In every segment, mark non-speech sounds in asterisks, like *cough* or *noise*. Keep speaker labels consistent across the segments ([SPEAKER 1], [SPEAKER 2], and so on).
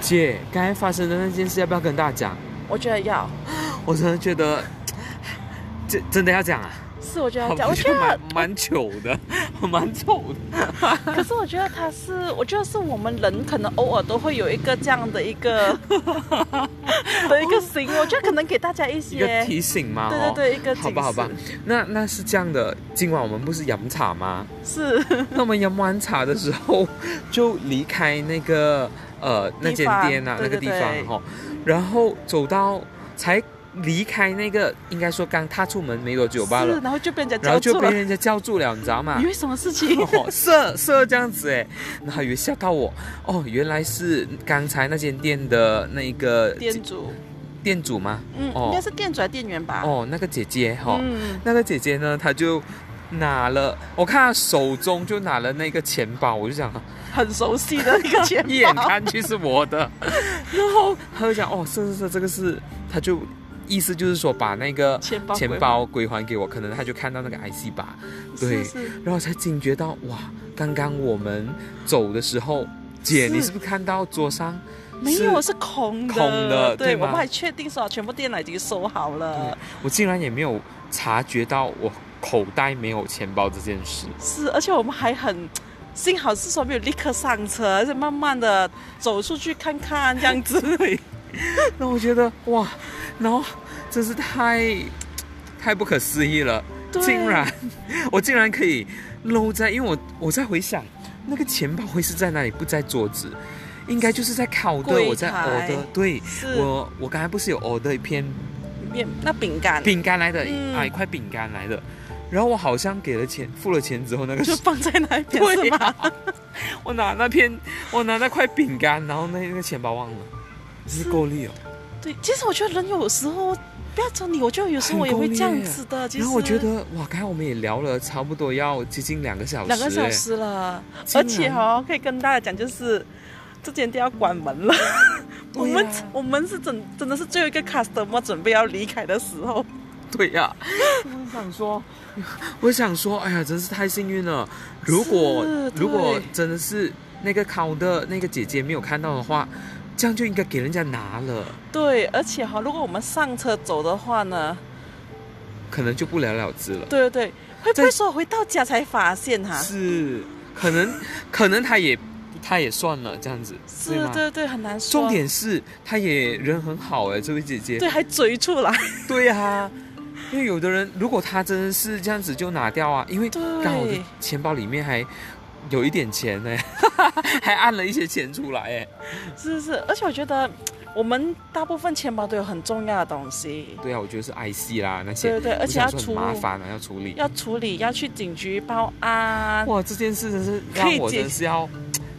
[SPEAKER 1] 姐，刚才发生的那件事要不要跟大家讲？
[SPEAKER 2] 我觉得要，
[SPEAKER 1] 我真的觉得，真真的要讲啊！
[SPEAKER 2] 是我觉得要
[SPEAKER 1] 我
[SPEAKER 2] 嗯讲，我觉得
[SPEAKER 1] 蛮，蛮糗的， *laughs* 蛮臭的。
[SPEAKER 2] *laughs* 可是我觉得他是，我觉得是我们人可能偶尔都会有一个这样的一
[SPEAKER 1] *laughs*
[SPEAKER 2] 个的一个行为，我觉得可能给大家一
[SPEAKER 1] 一个
[SPEAKER 2] 些，
[SPEAKER 1] 提醒嘛，
[SPEAKER 2] 对
[SPEAKER 1] 哦
[SPEAKER 2] 对对，一个
[SPEAKER 1] 好吧，好吧
[SPEAKER 2] 警示，
[SPEAKER 1] 那那是这样的，今晚我们不是饮茶
[SPEAKER 2] *laughs*
[SPEAKER 1] 吗？
[SPEAKER 2] 是
[SPEAKER 1] 那我们饮完茶的时候， *laughs* 就离开那个呃那间店啊，
[SPEAKER 2] 对
[SPEAKER 1] 那个
[SPEAKER 2] 对
[SPEAKER 1] 地
[SPEAKER 2] 对
[SPEAKER 1] 方哈、然后走到才离开那个，应该说刚踏出门没多久罢
[SPEAKER 2] 是
[SPEAKER 1] 了，
[SPEAKER 2] 然后就被人家
[SPEAKER 1] 然后就
[SPEAKER 2] 叫住
[SPEAKER 1] 被
[SPEAKER 2] 了，
[SPEAKER 1] 人家叫住了，你知道吗？
[SPEAKER 2] *laughs* 以为什么事情？
[SPEAKER 1] *laughs* 哦，
[SPEAKER 2] *laughs*
[SPEAKER 1] 色色这样子哎，然后以为吓到我哦，原来是刚才那间店的那个
[SPEAKER 2] 店主，
[SPEAKER 1] 店主吗？
[SPEAKER 2] 嗯，
[SPEAKER 1] 哦
[SPEAKER 2] 应该是店主还是店员吧？
[SPEAKER 1] 哦，那个姐姐哈、哦
[SPEAKER 2] 啊嗯，
[SPEAKER 1] 那个姐姐呢，她就拿了，我看她手中就拿了那个钱包，我就想 *laughs*
[SPEAKER 2] 很熟悉的一个钱
[SPEAKER 1] 一眼
[SPEAKER 2] 包，
[SPEAKER 1] 看去是我的，
[SPEAKER 2] *laughs*
[SPEAKER 1] 然后她就讲哦，是是是，这个是，她就意思就是说把那个
[SPEAKER 2] 钱包，
[SPEAKER 1] 钱，包归还给我，可能她就看到那个 IC 吧，对
[SPEAKER 2] 是是，
[SPEAKER 1] 然后才惊觉到哇，刚刚我们走的时候，姐
[SPEAKER 2] 是
[SPEAKER 1] 你是不是看到桌上？
[SPEAKER 2] 没有是空的，
[SPEAKER 1] 空的对
[SPEAKER 2] 对，
[SPEAKER 1] 吗
[SPEAKER 2] 我们还确定说全部电脑已经收好了。
[SPEAKER 1] 我竟然也没有察觉到我口袋没有钱包这件事。
[SPEAKER 2] 是，而且我们还很，幸好是说没有立刻上车，而且慢慢的走出去看看这样子。
[SPEAKER 1] *laughs* 那我觉得哇，然后真是太太不可思议了，
[SPEAKER 2] 对
[SPEAKER 1] 竟然 *laughs* 我竟然可以搂在，因为我我在回想那个钱包会是在哪里，不在桌子，应该就是在烤的，
[SPEAKER 2] 柜
[SPEAKER 1] 我在
[SPEAKER 2] 台
[SPEAKER 1] order，对
[SPEAKER 2] 是
[SPEAKER 1] 我我刚才不是有 order 一片
[SPEAKER 2] 面那饼干
[SPEAKER 1] 饼干来的、
[SPEAKER 2] 嗯
[SPEAKER 1] 啊，一块饼干来的，然后我好像给了钱，付了钱之后那个
[SPEAKER 2] 就放在那边
[SPEAKER 1] 对啊
[SPEAKER 2] 是
[SPEAKER 1] 呀、
[SPEAKER 2] 吗？
[SPEAKER 1] 我拿那片，我拿那块饼干，然后那那个钱包忘了，真是够力哦。
[SPEAKER 2] 对，其实我觉得人有时候不要说你，我觉得有时
[SPEAKER 1] 很
[SPEAKER 2] 候我也
[SPEAKER 1] 够
[SPEAKER 2] 会
[SPEAKER 1] 力
[SPEAKER 2] 这样
[SPEAKER 1] 耶
[SPEAKER 2] 子的。其实
[SPEAKER 1] 然后我觉得哇，刚才我们也聊了差不多要接近两个小时，
[SPEAKER 2] 两个小，时了，
[SPEAKER 1] 竟
[SPEAKER 2] 而
[SPEAKER 1] 然
[SPEAKER 2] 且哦，可以跟大家讲就是。这间店要关门了，我
[SPEAKER 1] 对呀啊
[SPEAKER 2] 们我们是真真的是最后一个 customer 准备要离开的时候，
[SPEAKER 1] 对呀、我想说，我想说，哎呀，真是太幸运了。如果
[SPEAKER 2] 是对
[SPEAKER 1] 如果真的是那个烤的那个姐姐没有看到的话，这样就应该给人家拿了，
[SPEAKER 2] 对，而且哈、如果我们上车走的话呢，
[SPEAKER 1] 可能就不了了之了。
[SPEAKER 2] 对对对，会不
[SPEAKER 1] 在
[SPEAKER 2] 会说回到家才发现哈、
[SPEAKER 1] 是，可能
[SPEAKER 2] *laughs*
[SPEAKER 1] 可能他也他也算了这样子，对
[SPEAKER 2] 是
[SPEAKER 1] 吗，？
[SPEAKER 2] 对对，很难说。
[SPEAKER 1] 重点是，她也人很好哎，这位姐姐。
[SPEAKER 2] 对，还追出来，
[SPEAKER 1] 对啊，因为有的人如果她真的是这样子就拿掉啊，因为刚好我的
[SPEAKER 2] 对，
[SPEAKER 1] 钱包里面还有一点钱呢， *laughs* 还按了一些钱出来哎。
[SPEAKER 2] 是是，而且我觉得我们大部分钱包都有很重要的东西，
[SPEAKER 1] 对啊，我觉得是 IC 啦那些，
[SPEAKER 2] 对对，而
[SPEAKER 1] 我
[SPEAKER 2] 且
[SPEAKER 1] 想
[SPEAKER 2] 要
[SPEAKER 1] 说很
[SPEAKER 2] 处
[SPEAKER 1] 麻烦啊，要处理。
[SPEAKER 2] 要处理，要去警局报案，
[SPEAKER 1] 哇，这件事真是
[SPEAKER 2] 可
[SPEAKER 1] 让
[SPEAKER 2] 以
[SPEAKER 1] 我
[SPEAKER 2] 解
[SPEAKER 1] 真是要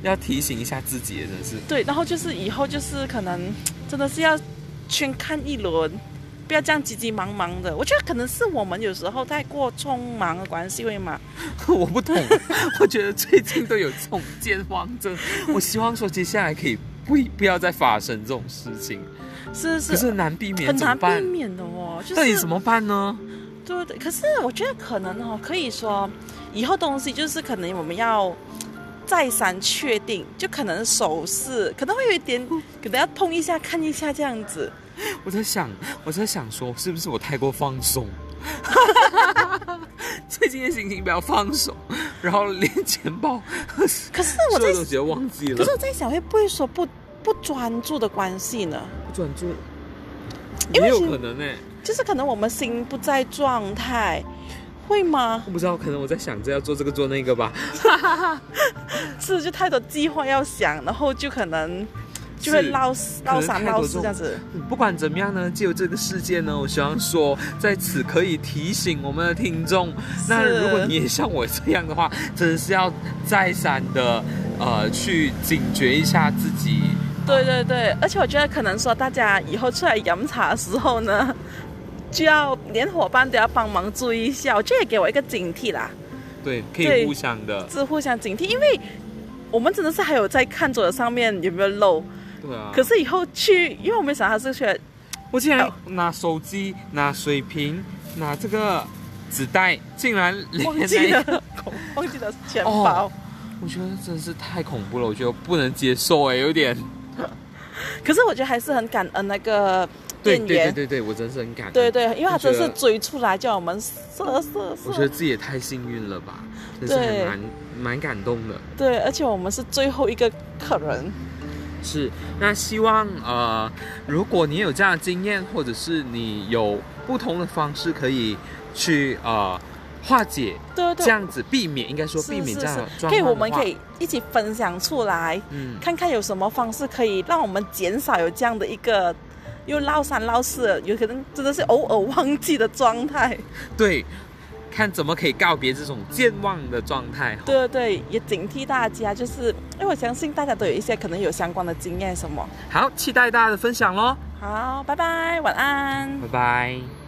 [SPEAKER 1] 要提醒一下自己，真是。
[SPEAKER 2] 对，然后就是以后就是可能真的是要全看一轮。不要这样急急忙忙的，我觉得可能是我们有时候太过匆忙的关系，会吗？ *laughs*
[SPEAKER 1] 我不懂， *laughs* 我觉得最近都有这种健忘
[SPEAKER 2] *laughs*
[SPEAKER 1] 症，我希望说接下来可以不不要再发生这种事情，
[SPEAKER 2] 是是，
[SPEAKER 1] 可是很难避免，
[SPEAKER 2] 很
[SPEAKER 1] 怎么
[SPEAKER 2] 难避
[SPEAKER 1] 办？
[SPEAKER 2] 免的哦。就是、
[SPEAKER 1] 到底怎么办呢？
[SPEAKER 2] 对对，可是我觉得可能哦，可以说以后东西就是可能我们要再三确定，就可能手势可能会有一点，可能要碰一下看一下这样子。
[SPEAKER 1] 我在想，我在想说，是不是我太过放
[SPEAKER 2] *laughs*
[SPEAKER 1] 松？最近的心情比较放松，然后连钱包
[SPEAKER 2] 可是 *laughs*
[SPEAKER 1] 所
[SPEAKER 2] 我在
[SPEAKER 1] 有，东西都忘记
[SPEAKER 2] 可
[SPEAKER 1] 了
[SPEAKER 2] 是，我在想，会不会说不不专注的关系呢？
[SPEAKER 1] 不专注，
[SPEAKER 2] 因
[SPEAKER 1] 也
[SPEAKER 2] 为
[SPEAKER 1] 有
[SPEAKER 2] 其
[SPEAKER 1] 可能呢、欸
[SPEAKER 2] 就是可能我们心不在状态，会吗？
[SPEAKER 1] 我不知道，可能我在想着要做这个做那个吧，
[SPEAKER 2] 是就太多计划要想，然后就可能就会
[SPEAKER 1] 是
[SPEAKER 2] 捞
[SPEAKER 1] 可
[SPEAKER 2] 捞
[SPEAKER 1] 能
[SPEAKER 2] 三
[SPEAKER 1] 太
[SPEAKER 2] 捞
[SPEAKER 1] 多
[SPEAKER 2] 四
[SPEAKER 1] 种
[SPEAKER 2] 这样子。
[SPEAKER 1] 嗯不管怎么样呢，借由这个事件呢，我希望说在此可以提醒我们的听众，那
[SPEAKER 2] 是
[SPEAKER 1] 如果你也像我这样的话，真的是要再三的呃去警觉一下自己。
[SPEAKER 2] 对对对，而且我觉得可能说大家以后出来饮茶的时候呢， *laughs* 就要连伙伴都要帮忙注意一下，我觉得也给我一个警惕啦，
[SPEAKER 1] 对，可以
[SPEAKER 2] 对
[SPEAKER 1] 互相的，
[SPEAKER 2] 是互相警惕，因为我们真的是还有在看桌子上面有没有漏，
[SPEAKER 1] 对啊。
[SPEAKER 2] 可是哦以后去，因为我们想他
[SPEAKER 1] *laughs*
[SPEAKER 2] 是学
[SPEAKER 1] 我竟然拿手机、拿水瓶、拿这个纸袋，竟然连
[SPEAKER 2] 忘
[SPEAKER 1] 那
[SPEAKER 2] 记
[SPEAKER 1] 一
[SPEAKER 2] 了，忘记了钱
[SPEAKER 1] 哦
[SPEAKER 2] 包。
[SPEAKER 1] 我觉得真是太恐怖了，我觉得我不能接受哎，有点
[SPEAKER 2] 可是我觉得还是很感恩那个
[SPEAKER 1] 对
[SPEAKER 2] 店
[SPEAKER 1] 对对
[SPEAKER 2] 员，
[SPEAKER 1] 对对，我真是很感恩。
[SPEAKER 2] 对对，因为他真
[SPEAKER 1] 我
[SPEAKER 2] 是
[SPEAKER 1] 觉得
[SPEAKER 2] 追出来叫我们射射
[SPEAKER 1] 我觉得
[SPEAKER 2] 射，
[SPEAKER 1] 自己也太幸运了吧，真是
[SPEAKER 2] 对
[SPEAKER 1] 还蛮蛮感动的。
[SPEAKER 2] 对，而且我们是最后一个客人，
[SPEAKER 1] 是，那希望呃，如果你有这样的经验，或者是你有不同的方式可以去呃化解
[SPEAKER 2] 对对，
[SPEAKER 1] 这样子，避免应该说
[SPEAKER 2] 是
[SPEAKER 1] 避免这
[SPEAKER 2] 是
[SPEAKER 1] 样
[SPEAKER 2] 是
[SPEAKER 1] 的，状况
[SPEAKER 2] 可以
[SPEAKER 1] 的
[SPEAKER 2] 我们
[SPEAKER 1] 话
[SPEAKER 2] 可以一起分享出来，
[SPEAKER 1] 嗯
[SPEAKER 2] 看看有什么方式可以让我们减少有这样的一个又闹三闹四，有可能真的是偶尔忘记的状态。
[SPEAKER 1] 对，看怎么可以告别这种健忘的状态。
[SPEAKER 2] *laughs* 对对对，也警惕大家，就是因为我相信大家都有一些可能有相关的经验什么。
[SPEAKER 1] 好，期待大家的分享喽，
[SPEAKER 2] 好，拜拜，晚安。
[SPEAKER 1] 拜拜。